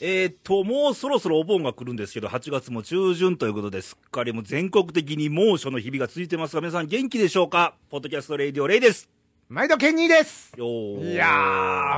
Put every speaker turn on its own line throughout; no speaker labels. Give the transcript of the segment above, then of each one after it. えーっと、もうそろそろお盆が来るんですけど、8月も中旬ということですっかりもう全国的に猛暑の日々が続いてますが、皆さん元気でしょうかポッドキャストレイディオレイです。
毎度ケニーです
よー
いや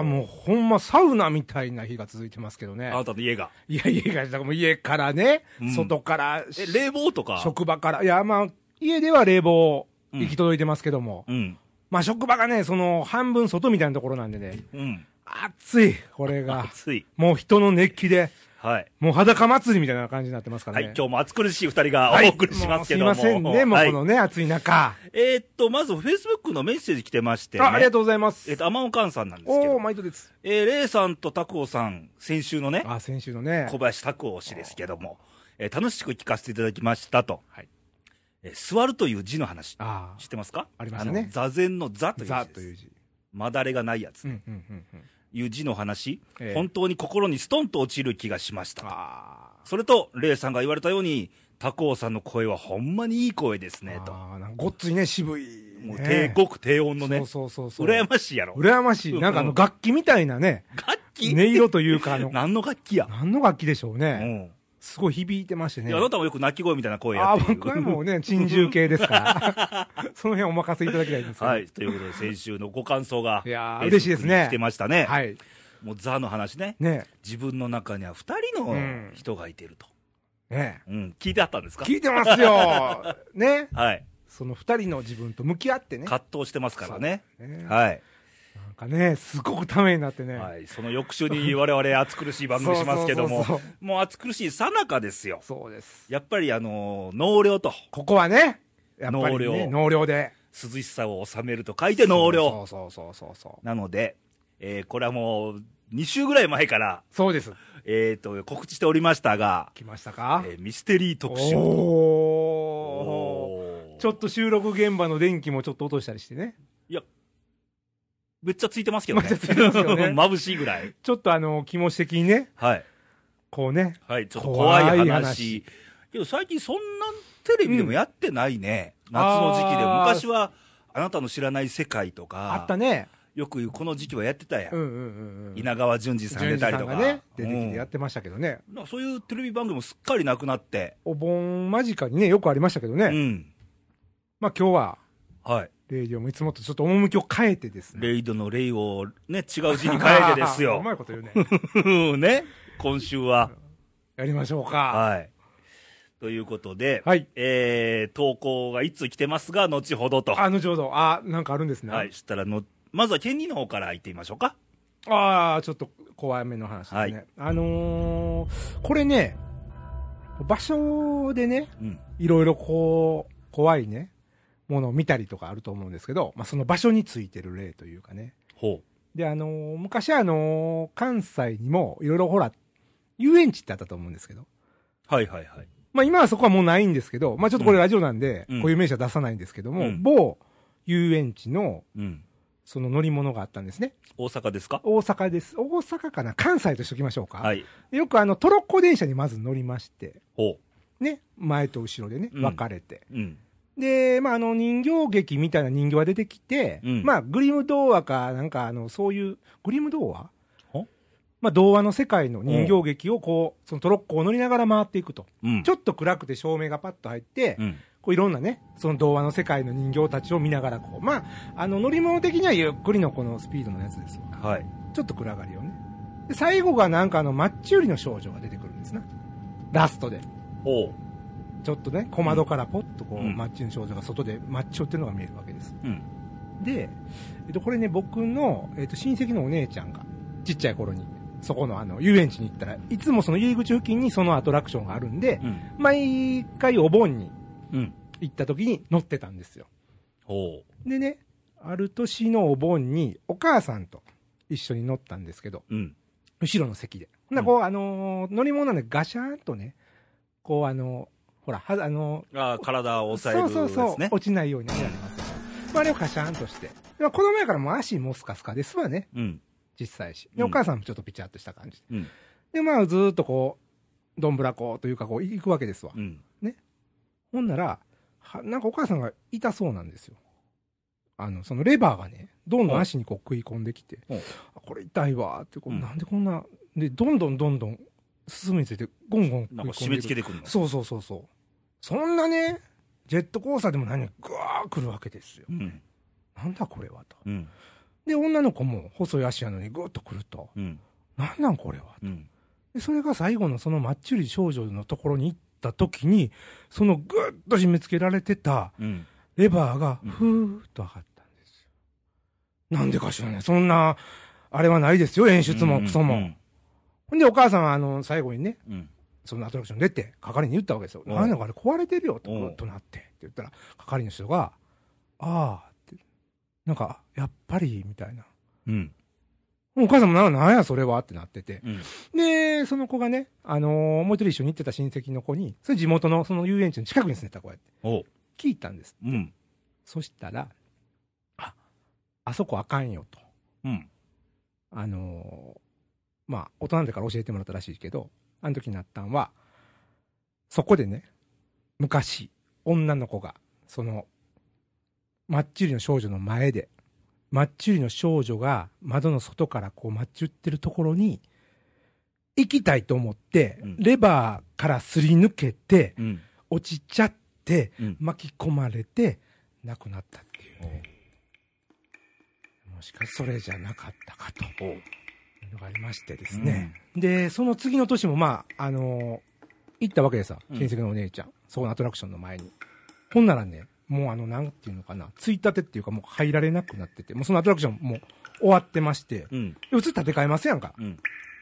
ー、もうほんまサウナみたいな日が続いてますけどね
あ。なたの家が。
いや、家が、だからもう家からね、
うん
外から、
え、冷房とか
職場から、いや、まあ、家では冷房、
うん
行き届いてますけども、
うん。
まあ、職場がね、その、半分外みたいなところなんでね、
うん。
暑い、こ れが。
暑い。
もう人の熱気で、
はい。
もう裸祭りみたいな感じになってますから
はい
ね。、
今日も暑苦しい二人がお送りしますけども。
うすいませんね、もう
はい
このね、暑い中。
えーっと、まず、フェイスブックのメッセージ来てまして、ね。
あ、ありが
う。
とうございます。
えーっと、天尾寛さんなんですけ
お
ど
ー、。毎度です。
えー、レイさんと拓夫さん、先週のね、
あ、先週のね
小。林拓夫氏ですけども、えー楽しく聞かせていただきましたと。
はい
えー座るという字の話、
あ
知ってますか
ありましたね
の座禅の座という字
ザ
です。
という字。
まだれがないやつ、
うん、うん、うん。うん
いう字の話、
ええ
本当に心にストンと落ちる気がしましたと。
あー
それと、レイさんが言われたように、拓夫さんの声はほんまにいい声ですね、と。
あーなんかごっついね、渋いね。
もう低、ごく低音のね、
そうそうそうそう。
羨ましいやろ。
羨ましい。なんかあ
う
の
ん
楽器みたいなね、
楽器
音色というか、あの、
何の楽器や。
何の楽器でしょう
う
ね。
ん。
すごい響いてまして
い
ね。
やあなたもよく泣き声みたいな声や
あ
っ
あ
てる
ー、僕はもうね、珍獣系ですから。 その辺お任せいただきたいんですけ ど。
は。い、ということで、先週のご感想が、
いや
え
ー
ー
嬉しいで
ス
すね
クリーンに来てましたね。
はい。
もう、ザの話ね。
ね
自分の中には2人
う
の
ん
人がいてると。
え。ねえ。
うん、聞いてあったんですか
聞いてますよ。 ね。
はい。
その二人の自分と向き合ってね。
葛藤してますからね。
ね
はい、
なんかね、すごくためになってね。
はい。その翌週に我々、暑苦しい番組しますけども、
そうそうそう
もう暑苦しいさなかですよ。
そうです。
やっぱり、あのー納涼と、
ここはね、やっぱり
納涼
ね、納涼で。
涼しさを収めると書いて納涼。
そうそうそうそうそう。
なので、えーこれはもう、2週ぐらい前から、
そうです。
えー、と、告知しておりましたが、
来ましたか
えーミステリー特集。
おーちょっと収録現場の電気もちょっと落としたりしてね。
めっちゃついてますけどね。
めっちゃついてますよね
眩しいぐらい。
ちょっとあの、気持ち的にね、
はい。
こうね。
はい、ちょっと怖い話。
怖い話
けど最近そんなテレビでもやってないね。夏の時期でも。
あー
昔は、あなたの知らない世界とか、
あったね。
よくこの時期はやってたやん。
うんうんうんうん。
稲川淳二さん出
純次
たり
さ
と
ん
か。
がね、出てきてや
う
っ
ん
てましたけどね。
なんかそういうテレビ番組もすっかりなくなって。
お盆間近にね、よくありましたけどね。
うん。
まあ今日は、
はい。
レイディオもいつもとちょっと趣を変えてですね。
レイドのレイをね、違う字に変えてです
う
よ。
まいこと 言うね。
ね。今週は。
やりましょうか。
はい。ということで、
はい
えー投稿がいつ来てますが、後ほどと。
あ、後ほど。あ、なんかあるんですね。
はい、そしたらの、まずはケニーの方から行ってみましょうか。
ああ、ちょっと怖めの話ですね。
は
あのー、これね、場所でね、
うん。
いろいろこう、怖いね、ものを見たりとかあると思うんですけど、まあ、その場所についてる例というかね。
ほ
で、あのー昔あのー関西にもいろいろほら、遊園地ってあったと思うんですけど、
う。はいはいはい。
まあ今はそこはもうないんですけど、まあちょっとこれ
うん
ラジオなんで、
うん
こういう名詞は出さないんですけども、
うん
某遊園地の
うん。
その乗り物があったんですね。
大阪ですか
大阪です。大阪かな関西としときましょうか。
はい。
でよくあの、トロッコ電車にまず乗りまして、
ほ
ね、前と後ろでね、
うん
分かれて。
う。うん。
で、まあ、あの、人形劇みたいな人形が出てきて、
うん
まあ、グリム童話か、なんか、あの、そういう、グリム童話
ほ
まあ、童話の世界の人形劇をこう、そのトロッコを乗りながら回っていくと。
うん。
ちょっと暗くて照明がパッと入って、
うん。
こういろんなね、その童話の世界の人形たちを見ながらこう、まあ、あの乗り物的にはゆっくりのこのスピードのやつですよ。
はい。
ちょっと暗がりをね。で、最後がなんかあの、マッチ売りの少女が出てくるんですな。ラストで。
ほ
ちょっとね、小窓からポッとこう、
うん
マッチの少女が外でマッチを売ってるのが見えるわけです。
う。うん。
で、えっと、これね、僕の、えっと、親戚のお姉ちゃんが、ちっちゃい頃に、そこのあの、遊園地に行ったら、いつもその入り口付近にそのアトラクションがあるんで、
うん。
毎回お盆に
うん。
行った時に乗ってたんですよ。
ほ
でね、ある年のお盆に、お母さんと一緒に乗ったんですけど、
う。うん。
後ろの席で。ほんならこう、あのー乗り物なんでガシャーンとね、こうあのーほら、は、あのー
ああ、体を押さえ
そう
る
そう
です
そう、
ね。
落ちないようにやりますよ。まあ、あれをカシャーンとして。でもこの前からもう足もスカスカですわね、
うん。
実際し。で、
うん
お母さんもちょっとピチャッとした感じで。
うん。
で、まあ、ずーっとこう、どんぶらこというかこう、行くわけですわ。
うん。
ほんなら、はなんかお母さんが痛そうなんですよ。あの、そのレバーがね、どんどん足にこう食い込んできて、
うん
あこれ痛いわーってこう、
うん
なんでこんな、で、どんどんどんどん進むについてゴンゴン食
なん
い込
んか
でいく
締め付けてくるの。
そうそうそうそうそんなねジェットコースターでも何もグワー来るわけですよ
うん。
なんだこれはと
うん。
で女の子も細い足やのにグーッと来ると
うん。
なんなんこれは
うん。
でそれが最後のそのマッチュリ少女のところに行った時にそのグッと締め付けられてた
うん。
レバーが
うん
ふーっと上がったんですよ。なんでかしらね、そんな、あれはないですよ、演出もクソ
う
も。
ん。
ほんで、お母さんは、あの、最後にね、
うん。
そのアトラクション出て、係に言ったわけですよ。
うん
なんだかあれ壊れてるよ、と
うん
グッとなって。って言ったら、係の人が、あーって、なんか、やっぱり、みたいな。
うん。
お母さんもな、なんや、それはってなってて。
うん。
で、その子がね、あのーもう一人一緒に行ってた親戚の子に、それ地元の、その遊園地の近くに住んでた子やって、
おう。
聞いたんです。
うん。
そしたら、あ、あそこあかんよと。
うん。
あのーまあ、大人だから教えてもらったらしいけど、あの時になったんは、そこでね、昔、女の子が、その、マッチュリの少女の前で、マッチュリの少女が窓の外からこうマッチュってるところに、行きたいと思って、
うん
レバーからすり抜けて、
うん。
落ちちゃって、
うん
巻き込まれて亡くなったっていうねもしかそれじゃなかったかと
おう。
いうのがありましてですね、でその次の年もまああのー行ったわけですよ
うん
親戚のお姉ちゃん、そこのアトラクションの前にほんならねもうあのなんていうのかなついたてっていうかもう入られなくなっててもうそのアトラクションもう終わってまして
うん。うん。
移って建て替えますやんか、
うん。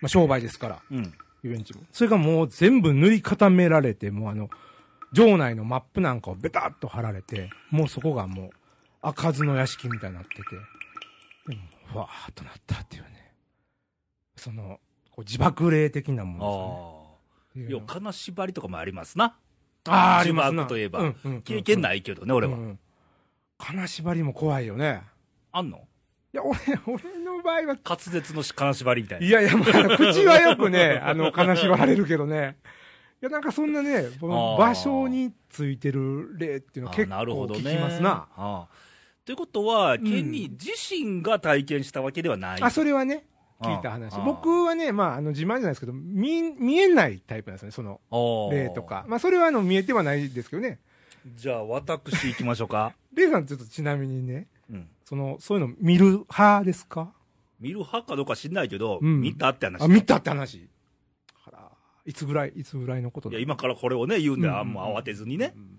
まあ、商売ですから
うん。
遊園地も。それがもう全部塗り固められて、もうあの、城内のマップなんかをベタッと貼られて、もうそこがもう、開かずの屋敷みたいになってて、でも、わーっとなったっていうね。その、こう自爆霊的な
あ
も
あ。
のですよ
よ、
ね。
金縛りとかもありますな。
あーあります
自
な
爆といえば
うんうんうん
経験ないけどね、俺は
う。ん金縛りも怖いよね。
あんの
いや、俺、俺の場合は、
滑舌のし金縛りみたいな。
いやいや、まあ、口はよくね、 あの、金縛られるけどね。いや、なんかそんなね、こ
あ
の
ー
場所についてる例っていうのは結構
あなるほど
聞
ね
きますな。
ああということは、
ん
ケニー自身が体験したわけではない。
あ、それはね、聞いた話。僕はね、まあ、あの、自慢じゃないですけど、見、見えないタイプなんですよね、その、例
例
と。か。まあ、それはあの、見えてはないですけどね。
じゃあ、私行きましょうか。
例さん、ちょっとちなみにね、
うん。
その、そういうの見る派ですか
見る派かどうか知んないけど、
うん
見たって話。
あ、見たって話。あら、いつぐらい、いつぐらいのこと
い
だ
や、今からこれをね、言うんで、あ
うん
ん
うんうん
ま慌てずにね。
うんうんうん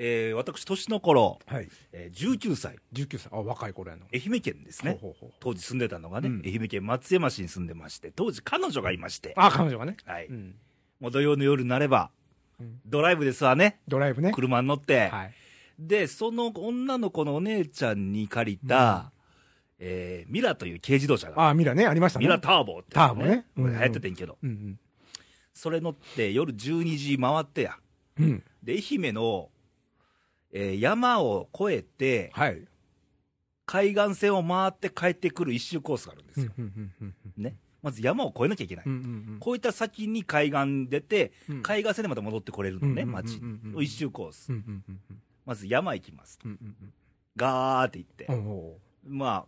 えー私、年の頃、
はい。
えー19歳、
19歳。あ、若い頃やの。
愛媛県ですね。
ほうほうほう
当時住んでたのがね、
うん
愛媛県松山市に住んでまして、当時彼女がいまして、
あ、彼女がね。
はい。
うん。
もう土曜の夜になれば、
うん
ドライブですわね。
ドライブね。
車に乗って、
はい。
で、その女の子のお姉ちゃんに借りた、えーミラという軽自動車が、
ああ、ミラね、ありましたね。
ミラターボって、
ターボねうんうん
流行っててんけど、
うん
それ乗って夜12時回ってや。
うん。うん。
で、愛媛の、えー山を越えて、
はい。
海岸線を回って帰ってくる一周コースがあるんですよ。
んうん
ね。まず山を越えなきゃいけない。
うんうん。
こういった先に海岸出て、
うん
海岸線でまた戻ってこれるのね、
うんうんうんうん
町を一周コース。
うんうんうんうん
まず山行きます。
うんうん
ガーって行って。
うん。おお。
まあ、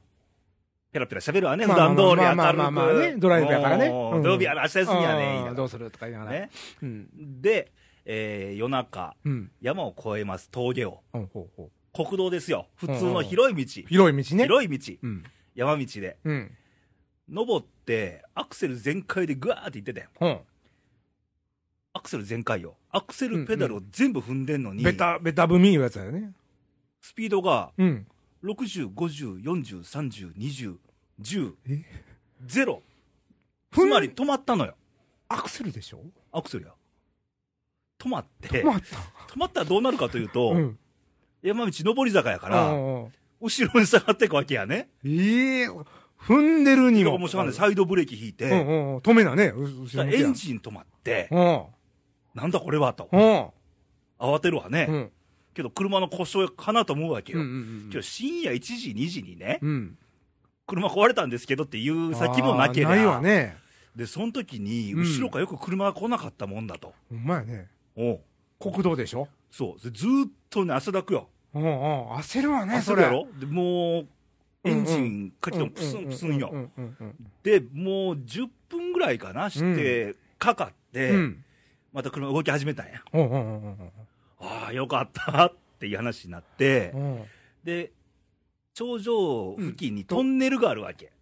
ペラペラ喋るわね、
ま
普
あま
段
あ
通り明るく。
まあまあまあまあねドライブやからね
もう
うん
土曜日やら明日休みやね言いなが
あ
ら
あどうするとか言いながら。
ね。
うん。
で、えー夜中、
うん。
山を越えます、峠を。
ほうほうほ
国道ですよ。普通の広い道
う。。広い道ね。
広い道。
うん。
山道で。
うん。
登って、アクセル全開でグワーって行ってたよ。
ほ
アクセル全開よ。アクセルペダルを全部踏んでんの
う
に、
ベタ、ベタ踏みいうやつだよね。
スピードが
うん。
60、50、40、30、20、10
え、
0。
ふ
つ
ん
まり止まったのよ。
アクセルでしょ
アクセルや。止まって、
また。
止まったらどうなるかというと、
うん。
山道上り坂やか
あ
ら、後ろに下がっていくわけやね。
ええ、踏んでるに
今
も。
もうしゃあない、サイドブレーキ引いうて、
んうんうん。止めなね。う後ろ向き
エ
や
ンジン止まって、
うん。
なんだこれはと
う、ん。
慌てるわね。
うん。
けど車の故障かなと思うわけ
う
よ。
んうん
けど深夜1時、2時にね、
うん。
車壊れたんですけどっていう先もなけれ
あー
ば、
ないわね。
で、その時に、
うん
後ろからよく車が来なかったもんだと。
ほんまやね。
おう
国道でしょ
そう。でずーっとね、汗だくよ。
うんうん。焦るわね、
汗
そ
だ
れ。
ろでもう、エンジンかけてもプスンプスンよ。
うんうんうんうんうんうん
で、もう10分ぐらいかなして、かかって、
うん。
また車動き始めたんや。
うんうんうんうん
ああ、よかったっていう話になって
う、ん。うん
で、頂上付近にトンネルがあるわけ。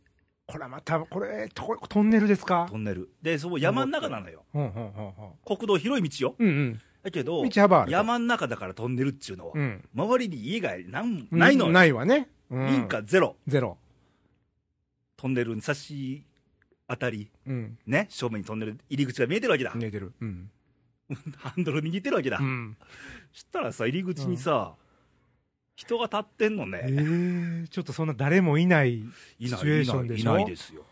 これはまた、これ、とこトンネルですか
トンネル。で、そこ山の中なのよ。
うんうんうんうん。
国道広い道よ。
うん
だけ
う
ど
ん。、道幅ある。。
山の中だからトンネルっちゅうのは
う。ん。
周りに家がなんないの
うん
よ。
ないわね。うん
民家ゼロ。
ゼロ。
トンネルに差し当たり、
うん。
ね、正面にトンネル入り口が見えてるわけだ。
寝てる。うん。
ハンドル握ってるわけだ。
うん。
そしたらさ、入り口にさ、人が立ってんのね。
えー、ちょっとそんな誰もいない。
い
シチ
ない、
ュエー
い
ション
な
で
い、い
しょ
ないですよ。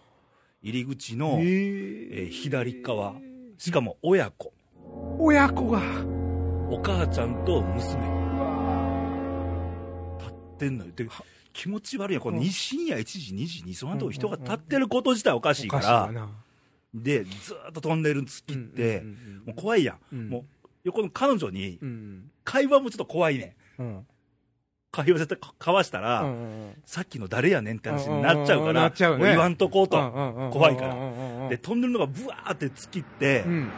入り口
え
の、えー左側しかも親子、
親子が。
お母ちゃんと娘、立ってんのよ。で
は
気持ち悪いやんこ
う
の
ん
深夜1時、2時にその後人が
うんうん
立ってること自体おかしい
お
か
かしい
ら、
わな。
で、ずーっとトンネルに突っ切って、
うん
もう怖いやん。
うん
もう、横の彼女に、
うん。
会話もちょっと怖いねん。
うん。
会話絶対交わしたら、
うん
さっきの誰やねんって話になっちゃう
うんうん
か
うんな
ら
っちゃう、
も
ね
う言わんとこうと。怖
怖
いからで、トンネルのがブワーって突きって、
うん。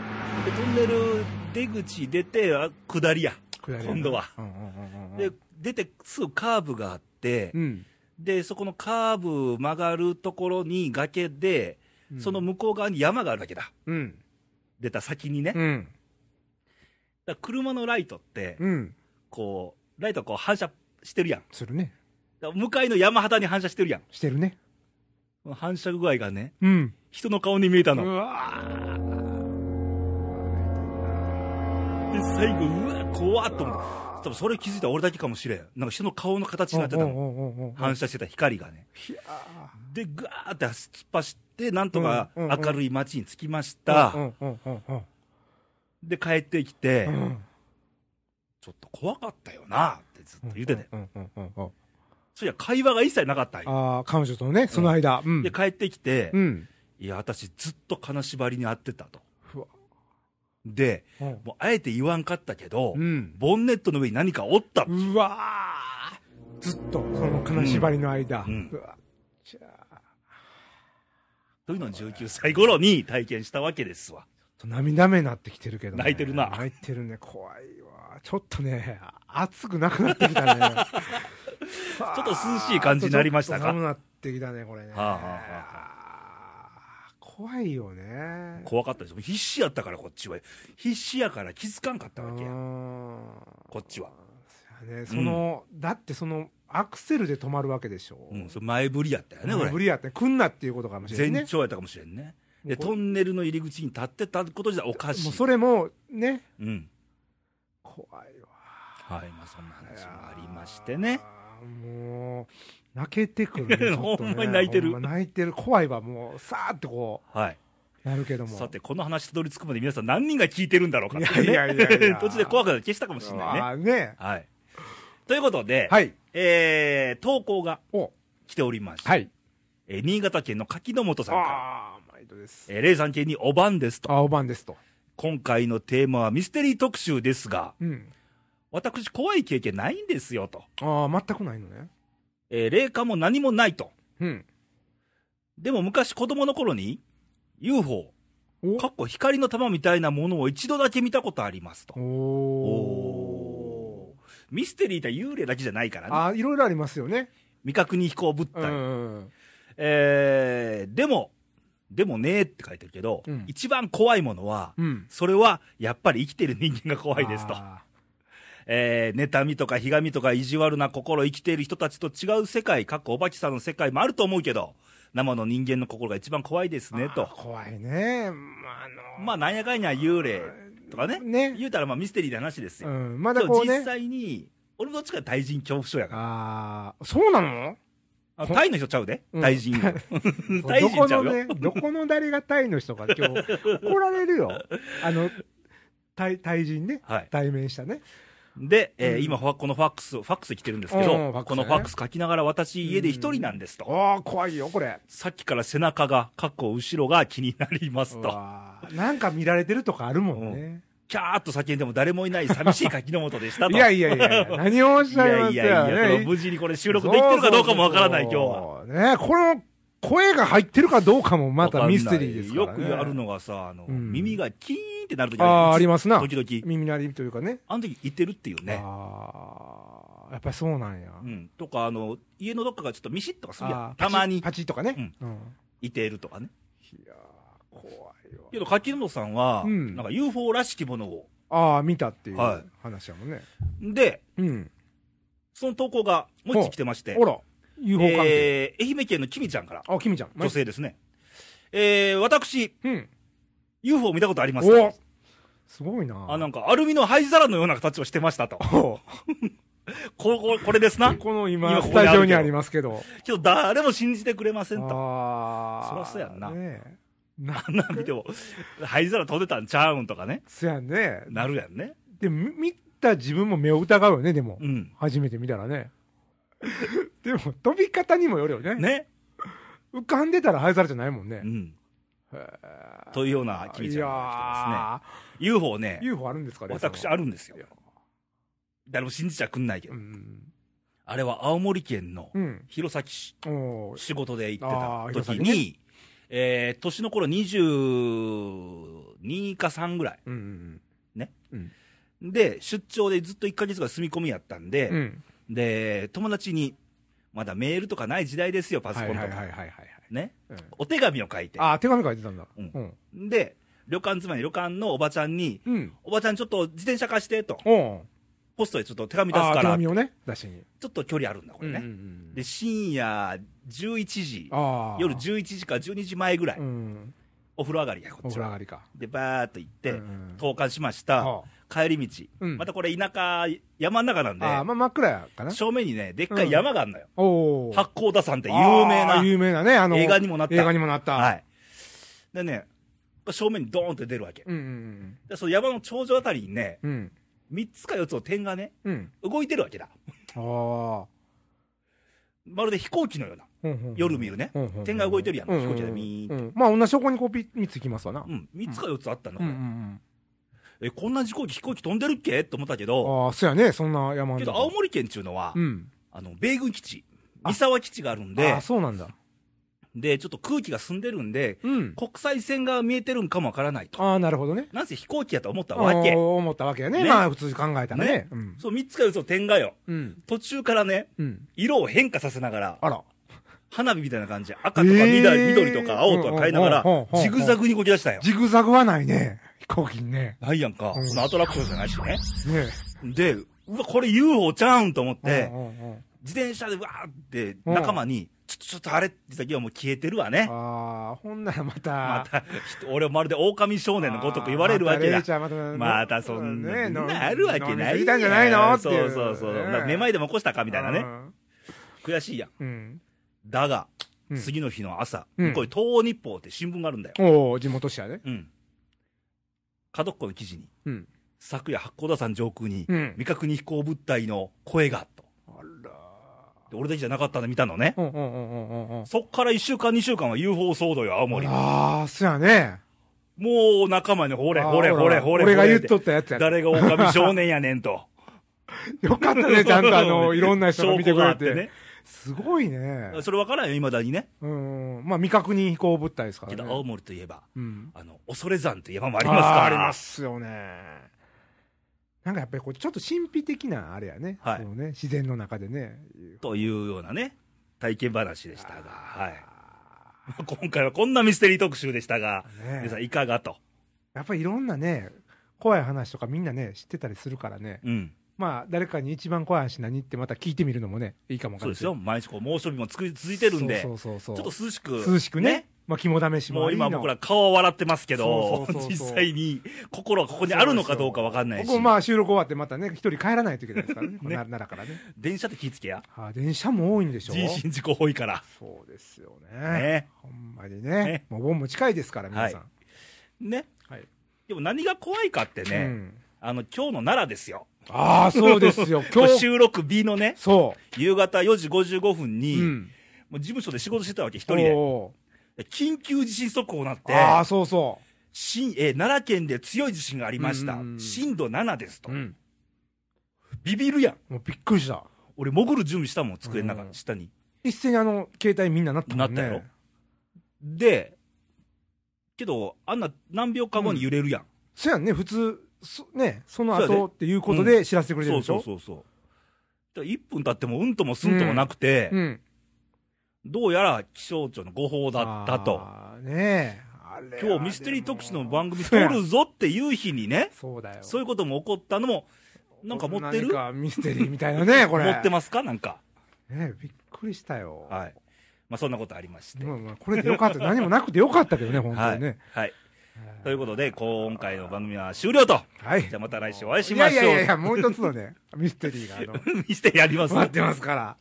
でトンネル出口出て、あ下りや。
下り
今度は。
うんうんうんうん
で、出てすぐカーブがあって、
うん
で、そこのカーブ曲がるところに崖で、
うん
その向こう側に山があるわけだ。
うん
出た先にね。だか
うん
ら車のライトって、
うん
こう、ライトこう反射してるやん。
するね
だから向かいの山肌に反射してるやん。
してるね
この反射具合がね、
うん
人の顔に見えた
う
の。
わ
で、最後、うわ、怖っと思う。多分それ気づいたら俺だけかもしれん。なんか人の顔の形になってたの。反射してた光がね。で、ぐわーって突っ走って、なんとか
うんうんうん
明るい街に着きました。で、帰ってきて、ちょっと怖かったよなってずっと言ってたよ。そりゃ会話が一切なかったんよ。
ああ彼女とねその間うん
で、帰ってきて、
うん
いや、私ずっと金縛りに遭ってたと。
うわ
で、もうあえて言わんかったけど、
うん
ボンネットの上に何かおった。
うわずっとその金縛りの間
うん
うわじゃあ
というのを19歳頃に体験したわけですわ。
涙目になってきてるけど、ね、
泣いてるな
泣いてるね怖いわちょっとね暑くなくなってきたね
ちょっと涼しい感じになりましたか
ちょっと寒くなってきたねこれね、
はあはあは
あ怖いよね
怖かったです。必死やったから、こっちは。必死やから気づかんかったわけ
う
や。
ん
こっちは。
そやねその、だってそのアクセルで止まるわけでしょ、
うん、それ前振りやったよね、これ
無。理やって来んなっていうことかもしれない
前
ね
兆やったかもしれんね。で、
もう
トンネルの入り口に立ってたこと自体おかしい。
もうそれもね
うん。
怖いわ
はい、まあそんな話もありましてね。
あー。もう、泣けてくる、ねちょっとね
ほんまに泣いてる
ほんま泣いてる。怖いわ、もう、さーってこ
はい。
う、なるけども。
さて、この話たどり着くまで皆さん何人が聞いてるんだろうかってうね
いやいやいやいや
途中で怖くなって消したかもしれないね。
あーね。
はい。ということで、
はい。
えー、投稿が
お、
来ておりまして、
はい。
えー新潟県の柿の本さんから、
ああ、毎度です。
えー、レイさん系におばんですと。
あ、おばんですと。
今回のテーマはミステリー特集ですが、
うん。
私怖い経験ないんですよと。
ああ、全くないのね。
えー、霊感も何もないと。
うん。
でも昔子供の頃に UFO、
お
かっこ光の玉みたいなものを一度だけ見たことありますと。
お
おミステリーと幽霊だけじゃないからね。
ああー、いろいろありますよね。
未確認飛行物
う
体。
ん。
えー、でも、でもねーって書いてるけど、
うん
一番怖いものは、
うん。
それはやっぱり生きてる人間が怖いですと。
あ
えー、妬みとかひがみとか意地悪な心生きている人たちと違う世界、かっこおばきさんの世界もあると思うけど、生の人間の心が一番怖いです
ー。
ねと
あー。怖いね。まあ、あの。
まあなんやかんや幽霊とかね、
ね。
言うたらまあミステリーな話です
う
よ。
ん。ま
で
だこ
も
うね
実。際に、俺もどっちか対人恐怖症やから。
ああ、そうなの
あ
ほん
タイの人ちゃうで、
うん
対人。 対
ど
人
こ
ちゃ
の
うよ。
ね、どこの誰がタイの人か今日怒られるよ。あの、タイ、タイ人ね。
はい。
対面したね。
で、えー
うん
今、ファこのファックス、ファックス来てるんですけ
うん
ど、
ファック
こ
スね
のファックス書きながら私家で一人なんですと。
ああ、怖いよ、これ。
さっきから背中が、かっこ後ろが気になります
う
と。
わーなんか見られてるとかあるもんね。
キャーっと叫んでも誰もいない寂しい柿の本でした
い
と。
やいやいやいや、何をおっ
い
しゃい
や
ま
い
す
やいや
よ
この
ね。
無事にこれ収録できてるかどうかもわからない今日は。
は。ね、この声が入ってるかどうかもまたミステリーですから
わ
ね。
んないよくやるのがさ、あの、
うん
耳がキーンってなるとき
ああ、ありますな。
時々。
耳鳴りというかね。
あの時いてるっていうね。
ああ、やっぱりそうなんや。
うん。とか、あの、家のどっかがちょっとミシッとかするや
あ
ん
ー
たまに
パチッとかね。うん
いてるとかね。
いやー怖
け
いわ。
ど、柿本さんは、
うん
なんか UFO らしきものを。
ああ、見たっていう
は
話やもんね。
で、
うん。
その投稿がもう一つ来てまして、
ほら、UFO 関係。
えー、愛媛県のきみちゃんから、
あ、君ちゃん。
女性ですね。えー、私、
うん。
UFO 見たことあります
おすごいな。
あ、 なんかアルミの灰皿のような形をしてましたと。
お
こここれですな。
この
今
今、
こ
ス
こにあるけど
タジオにありますけど。
けど誰も信じてくれませんと。
ああ。
そらそうやんな
ねえな、
あん なん見ても、灰皿飛んでたんちゃうんとかね。
そやね。
なるやんね。
で、み見た自分も目を疑うよね、でも
う。ん。
初めて見たらね。 でも、飛び方にもよるよね。
ね。
浮かんでたら灰皿じゃないもんね
う。ん。
へえ
というようなきみちゃんが来てますね。UFO ね
いやー、UFO あるんですかね
私
その
あるんですよ
いや。
誰も信じちゃくんないけど
う。ん。
あれは青森県の
うん。
弘前市。
おー
仕事で行ってた
あー
時
弘前
に、えー年の頃22か3ぐらい
うんうん
で出張でずっと1か月が住み込みやったんで、
うん。うん。
で友達にまだメールとかない時代ですよパソコンとか、
はいはいはいはいはいはい。
ね
うん
お手紙を書いて
あー、手紙書いてたんだ。
うん
うん。
で旅館妻に旅館のおばちゃんに
うん。
「おばちゃんちょっと自転車貸して」と
お
ポストでちょっと手紙出す
あー
か
手
ら
紙
ち
をね、出しに。
ょっと距離あるんだこれね、
うんうんうん
で深夜11時
ああ。
夜11時か12時前ぐらい、
うん。
お風呂上がりやこ
お
っち
風呂上
は
がりか。
でバーっと行って、
うん
投函しました、
あ
帰り道、
うん
またこれ田舎、山の中なんで、
あー、まあ、真っ暗やかな。
正面にね、でっかい山があるのよ、
おお。
八甲田山って有
あー
名
有名なね、あ
な
の、
映画にもなった、
映画にもなった。
はい、でね、正面にドーンって出るわけ、
うんうん
でその山の頂上あたりにね、
うん。うん。
3つか4つの点がね、
うん。
動いてるわけだ、
ああ。
まるで飛行機のような、
うんうんうん
夜見るね、点が動いてるやん、飛行機でミー
う
ン
ん。まあ、同じ方向にこうピッ、3つ行きますわな。
うん、3つか4つあったの、
うんうんうん。
えこんな飛行機、飛行機飛んでるっけと思ったけど、
ああ、そうやね、そんな山の中
けど青森県っていうのは、
うん。
あの米軍基地、三沢基地があるんで
ああ、、そうなんだ。
で、ちょっと空気が澄んでるんで、
うん。
国際線が見えてるんかもわからないと。
ああ、なるほどね。
なんせ飛行機やと思ったわけ
あー。思ったわけやね。
ね
まあ、普通に考えたら
ね
ね。うん。
そう、三つからそう点がよ。
うん。
途中からね、
うん。
色を変化させながら、
あら。
花火みたいな感じで、赤とか
え
緑,、
ー
緑とか青とか変えなが
うんうんうん
ら
うん、うん
ジグザグに動き出したよ。
ジグザグはないね。飛行機にね。
ないやんか。
うん
そのアトラクションじゃないしね。
ね
で、うわ、これ UFO ちゃうんと思っ
え
て
う、んうんうん
自転車でわーって
うん
仲間に、ちょっとちょっとあれって時はもう消えてるわね。
ああ、ほんならまた。
また、俺はまるで狼少年のごとく言われるわけだ。
だ。またレイちゃん、
またそんな、
ね
なるわけないや
飲み過ぎたんじゃないのって
そ
い
う
う
そうそう。だからめまいでも起こしたかみたいなね。。悔しいやん。
うん。
だが、
うん
次の日の朝、
うん
向こうに東欧日報って新聞があるんだよ。
おお地元紙やね。
うん。角っこの記事に、
うん。
昨夜八甲田山上空に、
うん。
未確認飛行物体の声が、と。
あら。
で俺たちじゃなかったの見たのね。
うんうんうんうんうんうん。
そっから1週間2週間は UFO 騒動よ、青森。
ああ、そやね。
もう仲間にほれ
あー
ほれ
ほら
ほれほれ。
俺が言っとったやつや。
誰が狼少年やねん と。
よ かったね、ちゃんとあの、いろんな人が見て
証
くれ。
拠があってね。
すごいね。
それ分からんよ、いまだにね。
うん。まあ、未確認飛行物体ですか
け
ら
ど、
ね
青。森といえば、
うん。
あの、恐山という山もあ
あ
りますから。
ーありま。すよね。なんかやっぱりこう、ちょっと神秘的なあれやね。
はい
そのね、自然の中でね。
というようなね、体験話でしたが、はい。
あ
今回はこんなミステリー特集でしたが、
ーね
皆さんいかがと。
やっぱりいろんなね、怖い話とかみんなね、知ってたりするからね。
うん。
まあ、誰かに一番怖い話何ってまた聞いてみるのもね、いいかもわか
そう
んない
ですよ。毎日こう猛暑日もつく続いてるんで、
そうそうそう
ち
そ
ょ
う
っと涼しく。
涼しくね。まあ、肝試しも
もう
いいの
今僕ら顔は笑ってますけど
そうそう、そう
実
そう
際に心はここにあるのかどうかわかんないし
僕、もまあ、収録終わってまたね、一人帰らないといけないですからね、な奈良からね。
電車って気ぃつけや。
ああ電車も多いんでしょ
人身事故多いから。
そうですよね。
ね。
ほんまに
ね
ね。もうお盆も近いですから、皆さん。
ね。
はい
でも何が怖いかってね、
うん
あの、今日の奈良ですよ。
ああ、そうです よ。今日、
収録日のね、
そ
夕方4時55分
う。
に、
うん。
もう事務所で仕事してたわけ、一人で。
お
緊急地震速報なっ
ー
て、
ああ、そうそ
震えー奈良県で強い地震がありました。
うんうんうん
震度7ですと、
う。うん。
ビビるやん。
もうびっくりした。
俺潜る準備したもん、机の中、
うん
下に。
一斉にあの、携帯みんななったもんね。
なったよで、けど、あんな何秒か後に揺れるやん。
そやんね、普通、そね、その
そうや
後
で
っていうことで知らせてくれて
そ
る
う
でしょ
そうそうそう。だから1分経ってもうんともすんともなくて、
うん。
どうやら気象庁の誤報だったと。
あーねえ。あれ
今日ミステリー特集の番組
そ
撮
うや
るぞっていう日にね、
そうだよ。
そういうことも起こったのも、なんか持ってる
何かミステリーみたいな ね、これ。
持って
ま
ますかなんか。
す。ねえびっくりしたよ。
はい。まあそんなことありまして。
まあまあこれでよかった。何もなくてよかったけどね、本当にね。
はい。ということで、今回の番組は終了と。
はい。
じゃあまた来週お会いしましょう
いやいやいや、もう一つのね、ミステリーが、あの、
ミステリーあります。
待ってますから。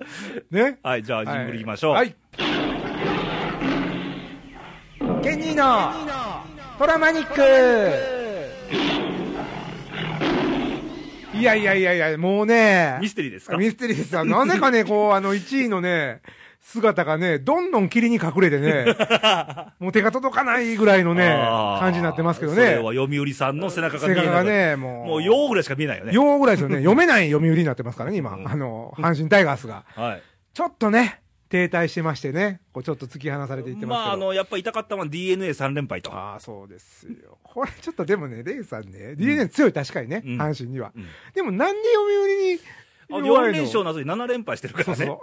ね。
はい、じゃあジングルいきましょう。
はい。ケニーのトラマニックいやいやいやいや、もうね、
ミステリーですか
ミステリーですよ。な ぜかね、こう、あの、1位のね、姿がね、どんどん霧に隠れてね、 もう手が届かないぐらいのね、
あー
感じになってますけど
それ
ね。
は読売さんの背中が
背
見え
中が
ない。
ね、もう。
もう、ようぐらいしか見えないよね。
ようぐらいですよね。読めない読売になってますからね、今。
うん
あの、阪神タイガースが。
はい。
ちょっとね、停滞してましてね、こうちょっと突き放されていって
ま
ますけど。
あ、あの、やっぱ痛かったのは DNA3 連敗と。
ああ、そうですよ。これちょっとでもね、レイさんね、DNA 強い確かにね、
うん
阪神には。
うん
でもなんで読売に弱
4
いの
連勝の後に7連敗してるか
そう
らね。
そ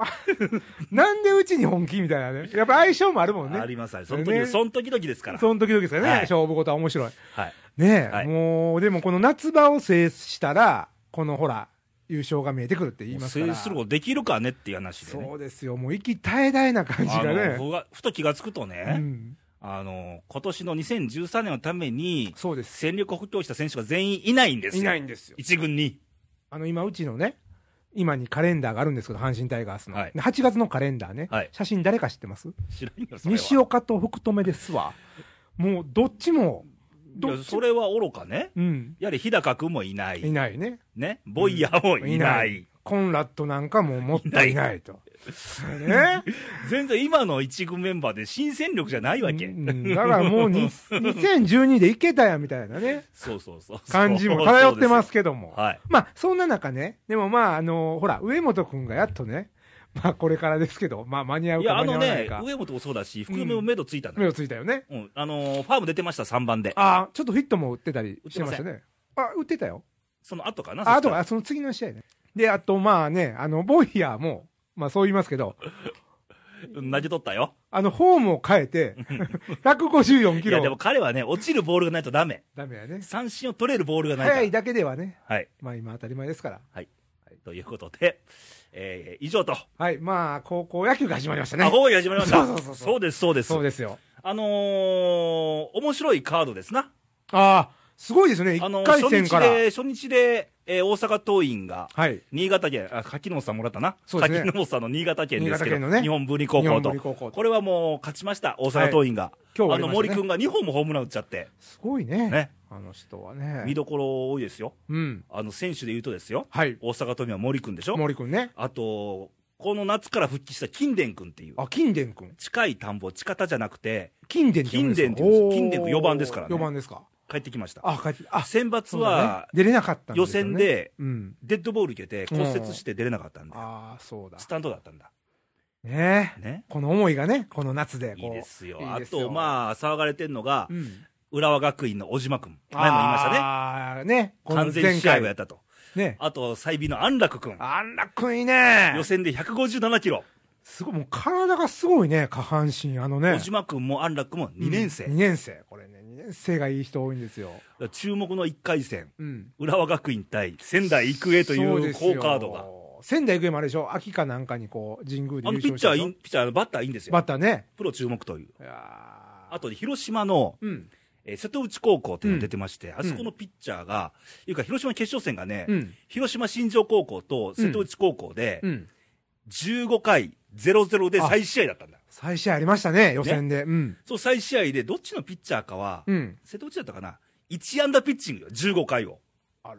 う。 なんでうちに本気みたい なね。やっぱ相性もあるもんね。
ありますありますその
それ
時、
ね
その時々ですから。
その時々ですよね、
はい
勝負事は面白い。
はい。
ねえ、
はい
もう、でもこの夏場を制したら、このほら、優勝が見えてくるって言いますから。
制することできるかねっていう話でね。
そうですよ、もう息絶え絶えな感じ
あの
がね。
ふわふと気がつくとね、
うん
あの今年の2013年のために、
そうです。
戦力補強した選手が全員いないんですよ、
いないんですよ。
一軍に。
あの、今、うちのね、今にカレンダーがあるんですけど、阪神タイガースの。
はい
で8月のカレンダーね。
はい
写真誰か知ってます
知らんよそれは
西岡と福留ですわ。もう、どっちも、
い
ど
や
っち
そ
も、
れは愚かね、
うん。
やはり日高君もいない、
いないね。
ね、ボイヤーもいない、
コンラッドなんかももったいないと。ね
全然今の一軍メンバーで新戦力じゃないわけ、
うんだからも うに、2012でいけたや、みたいなね、
そうそうそうそう、
感じも漂ってます
け
けども。
はい、
まあ、そんな中ね、でもまあ、あのほら、上本くんがやっとね、まあ、これからですけど、まあ、間に合う
い
か
や、あ
間に合
の
わない
ね
か、、
上本もそうだし、福留も目処ついたんだ、
目をついたよね。
うんあのーファーム出てました、3番で、
ああ、ちょっとヒットも打ってたりしてましたね。あ、打ってたよ。
その後かな、
あ、あ
そした
と
ら
は、その次の試合ね。で、あと、まあね、あの、ボイヤーも、まあそう言いますけど、
うん投げ取ったよ、
あの、フォームを変 えて、154
い
キ
や、でも
ロ。
彼はね、落ちるボールがないとダメ
ダメやね。
三振を取れるボールがないから。
速いだけではね、
はい。
まあ今当たり前ですから。
ということで、えー以上と。
はい、まあ、高校野球が始まりました
あ、
ね。
ほうが始まりました。
そうそうそうそう
です、そうです。
そうですよ。
あのー、面白いカードですな。
ああ、すごいですね、
あのー
1回戦から。
初日で、初日で、えー大阪桐蔭が、
はい。
新潟県、あ、柿本さんもらったな。
そうですね
柿本さんの新潟県ですけど、
新潟県のね
日本文理高
日
校
本
と
文理高校と
これはもう勝ちました、大阪桐蔭が。
今日
あ
はあり
の
ました
森
ね
君が2本もホームラン打っちゃって、
すごいね。
ね
あの人はね。
見どころ多いですよ。
うん。
あの選手で言うとですよ、
はい。
大阪桐蔭は森君でしょ。
森くんね。
あと、この夏から復帰した金田君っていう、
あ、金田くん。
近い田んぼ、近田じゃなくて、
金田って言うんですか
金田って言うん
おー
です金田くん四番ですからね
四番ですか。
帰ってきました。
あ、帰って、あ、
選抜
そうだね
は、
出れなかったん
予
ですよね
選、で、
うん。
デッドボール受けて、骨折して出れなかったんで、
ああ、そうだ
ス。タンドだったんだ。
ねえ。
ね。
この思いがね、この夏で。
いいですよ。あと、
あ、
まあ、騒がれてんのが
う、ん。
浦和学院の小島君。前も言いましたね。
ああ、ね。この
完
前回
全試合をやったと。
ね。
あと、済美の安楽君。
あんらくんいいね
予。選で157キロ。
すごい、もう体がすごいね、下半身。あのね。
小島君も安楽君も2年生。
2年生。これね、2年生がいい人多いんですよ。
だから注目の1回戦、
うん。
浦和学院対仙台育英と
そ
いう
です
好
よ
カードが。。
仙台育英もあれでしょ秋かなんかにこう、神宮で
あ
優
のピッ
勝し
チャ
た
ー
でし
い
ょ
い、ピッチャー、バッターいいんですよ
バ。ッターね。
プロ注目という。
いやー
あと、広島の、
うん。
えー瀬戸内高校っていうのが出てまして、あそこ
う
のピッチャーが、いうか、広島決勝戦がね、
うん。
広島新庄高校と瀬戸内高校で、
うん。
15回0-0で再試合だったんだ。
再試合ありましたね、予選で。うん。
そう、再試合で、どっちのピッチャーかは、
うん。
瀬戸内だったかな、1安打ピッチングよ、15回を。
あら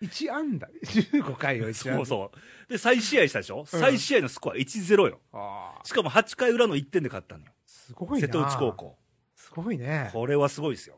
ー。1安打 ?15 回よ、1安打。
そうそう。で、再試合したでしょ、再試合のスコア1-0よ。
あー
しかも8回裏の1点で勝ったのよ。
すごいな
瀬戸内高。校。
すごいね。
これはすごいですよ。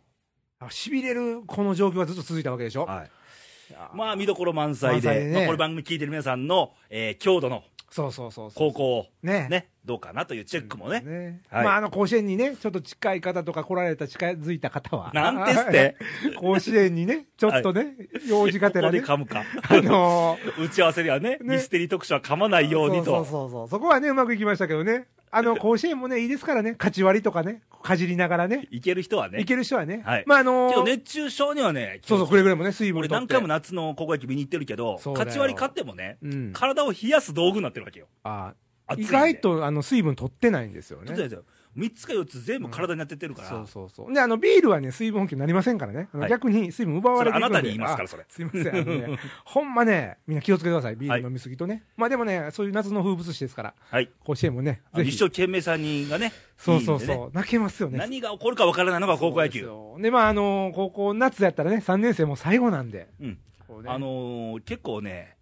あ痺れるこの状況がずっと続いたわけでしょ
はい。
いやー
まあ、見どころ満載で、
満載でね
まあこれ番組聞いてる皆さんの、えー、強度の
そうそうそうそ
高
う
校
ね
ね、どうかなというチェックもね。はい
まああの甲子園にねちょっと近い方とか来られた近づいた方は
なんてって、
甲子園にねちょっとね、用事が
こ
て
こ
ら
で
ね
噛むか。
あのー
打ち合わせではね、
ね
ミステリー特集は噛まないように
そう
と。
そうそうそうそこはねうまくいきましたけどね あの甲子園もねいいですからね勝ち割りとかねかじりながらね
いける人はいね。
ける人はね、
はい
まああのー
けど熱中症にはね、
そうそうくれぐれもね水分
俺
取って
何回も夏の高校野球見に行ってるけど、
そうだよ
勝ち割り勝ってもね、
うん、
体を冷やす道具になってるわけよ。
あ
暑いん
意
で
外。とあの水分取ってないんです
ち
よ
ょっと
ね
やつよ3つか4つ全部体に当ててるから、
そうそうそうであのビールはね水分補給になりませんからね、あの
はい
逆に水分奪われていくんで
それあなたに言いますからそれ
あすいませんあの、 ね、ほんまねみんな気をつけてくださいビール飲みすぎとね、まあでもねそういう夏の風物詩ですから
はい、
甲子園もね
あの
ぜ
一
ひ
生懸命さんにがね、
そうそうそう
いいんでね
泣けますよね
何が起こるかわからないのが高校野球。う
そうですよでまああの高校夏やったらね3年生も最後なんで、
ん、
こうね
あのー結構ね、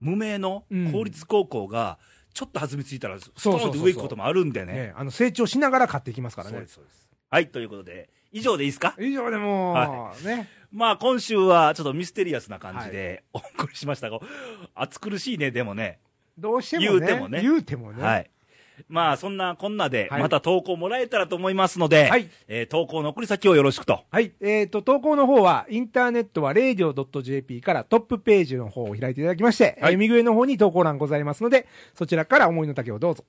無名の
うん
公立高校が、ちょっと弾みついたら、ス
そ
トー
うそ
ン
う
って
そう
上行くこともあるんでね。
ねあの成長しながら勝っていきますから
そう
ね
です、そうです。はい、ということで、以上でいいですか
以上でもう、
は
ね
まあ、今週はちょっとミステリアスな感じでお送りしましたが、暑苦しいね、でもね。
どうしてもね
言うてもね
言うてもね
はい。まあ、そんなこんなで、
はい
また投稿もらえたらと思いますので、
はい
えー投稿の送り先をよろしくと。
はい。えっ、と、投稿の方は、インターネットは radio.jp からトップページの方を開いていただきまして、
はい
えー右上の方に投稿欄ございますので、そちらから思いの丈をどうぞ。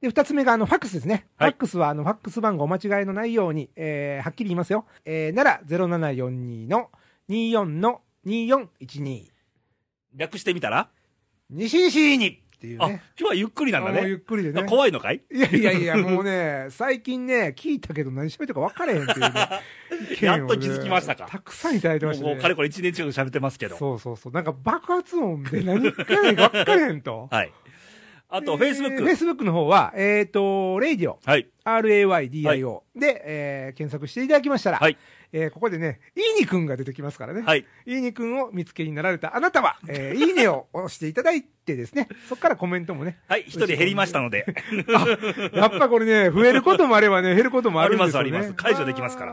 で、二つ目が、あの、ファックスですね。
はい
ファックスは、あの、ファックス番号お間違いのないように、えー、はっきり言いますよ。えー、なら、0742の24の2412。
略してみたら、
西西にっていう
あ、
ね。
今日はゆっくりなんだ
もうゆ
ね
っ。くりで
だから
ね。
怖いのかい。
いやいやいや、もうね、最近ね、聞いたけど何喋ったか分かれへんっていうね
やっと気づきましたか
意見をねたくさんいただいて
も
ま
う
したね。
かれこれ1年近く喋ってますけど。。
そうそうそう。なんか爆発音で何言ってないか分かれへんと
はい。 あ
あ
と、フェイスブッ
フェイ
ク。
スブックの方は、えっ、ー、と、レイディオ、
はい。
RAYDIO、で、えー検索していただきましたら、
はい
えーここでね、いいにくんが出てきますからね。
はい。
いいにくんを見つけになられたあなたは、えーいいねを押していただいてですね、そこからコメントもね、
はい。一人減りましたので。
やっぱこれね、増えることもあればね、減ることもあるんですよ、ね。
ありますあります解除できますから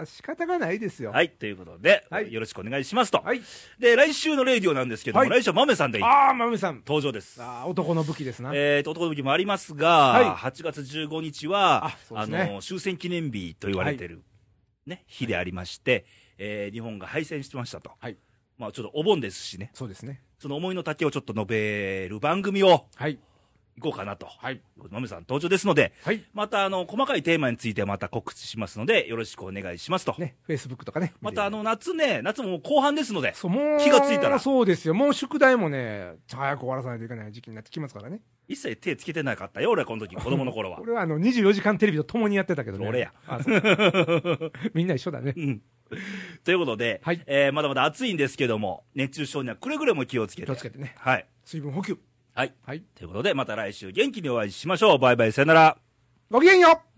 ら。仕方がないですよ。
はい。ということで、
はい
よろしくお願いしますと。
はい。
で、来週のレイディオなんですけども、
はい
来週はマメさんで
ああ、まみさん。
登場です。
あー男の武器ですな。
えー、と、男の時もありますが、
はい
8月15日は、あ
あそうですね
の、終戦記念日と言われてる、ね、日でありまして、えー日本が敗戦してましたと。
はい
まあ、ちょっとお盆ですしね、
そうですね。
その思いの丈をちょっと述べる番組を
はい。
いこうかなと。
はい。
まめさん登場ですので、
はい。
また、あの、細かいテーマについてはまた告知しますので、よろしくお願いしますと。
ね、フェイスブックとかね。
また、あの、夏ね、夏ももう後半ですので、
そう、もう、
気がついたら
そうですよ。もう宿題もね、早く終わらさないといけない時期になってきますからね。
一切手つけてなかったよ、俺はこの時、子供の頃は
こ。れはあの、24時間テレビと共にやってたけどね。
俺や
あ。そう みんな一緒だね。
うんということで、
はい
えーまだまだ暑いんですけども、熱中症にはくれぐれも気をつけて。
気をつ けてね。
はい。
水分補給。
はい。
はい。
ということで、また来週元気にお会いしましょう。バイバイ、さよなら。
ごきげんよう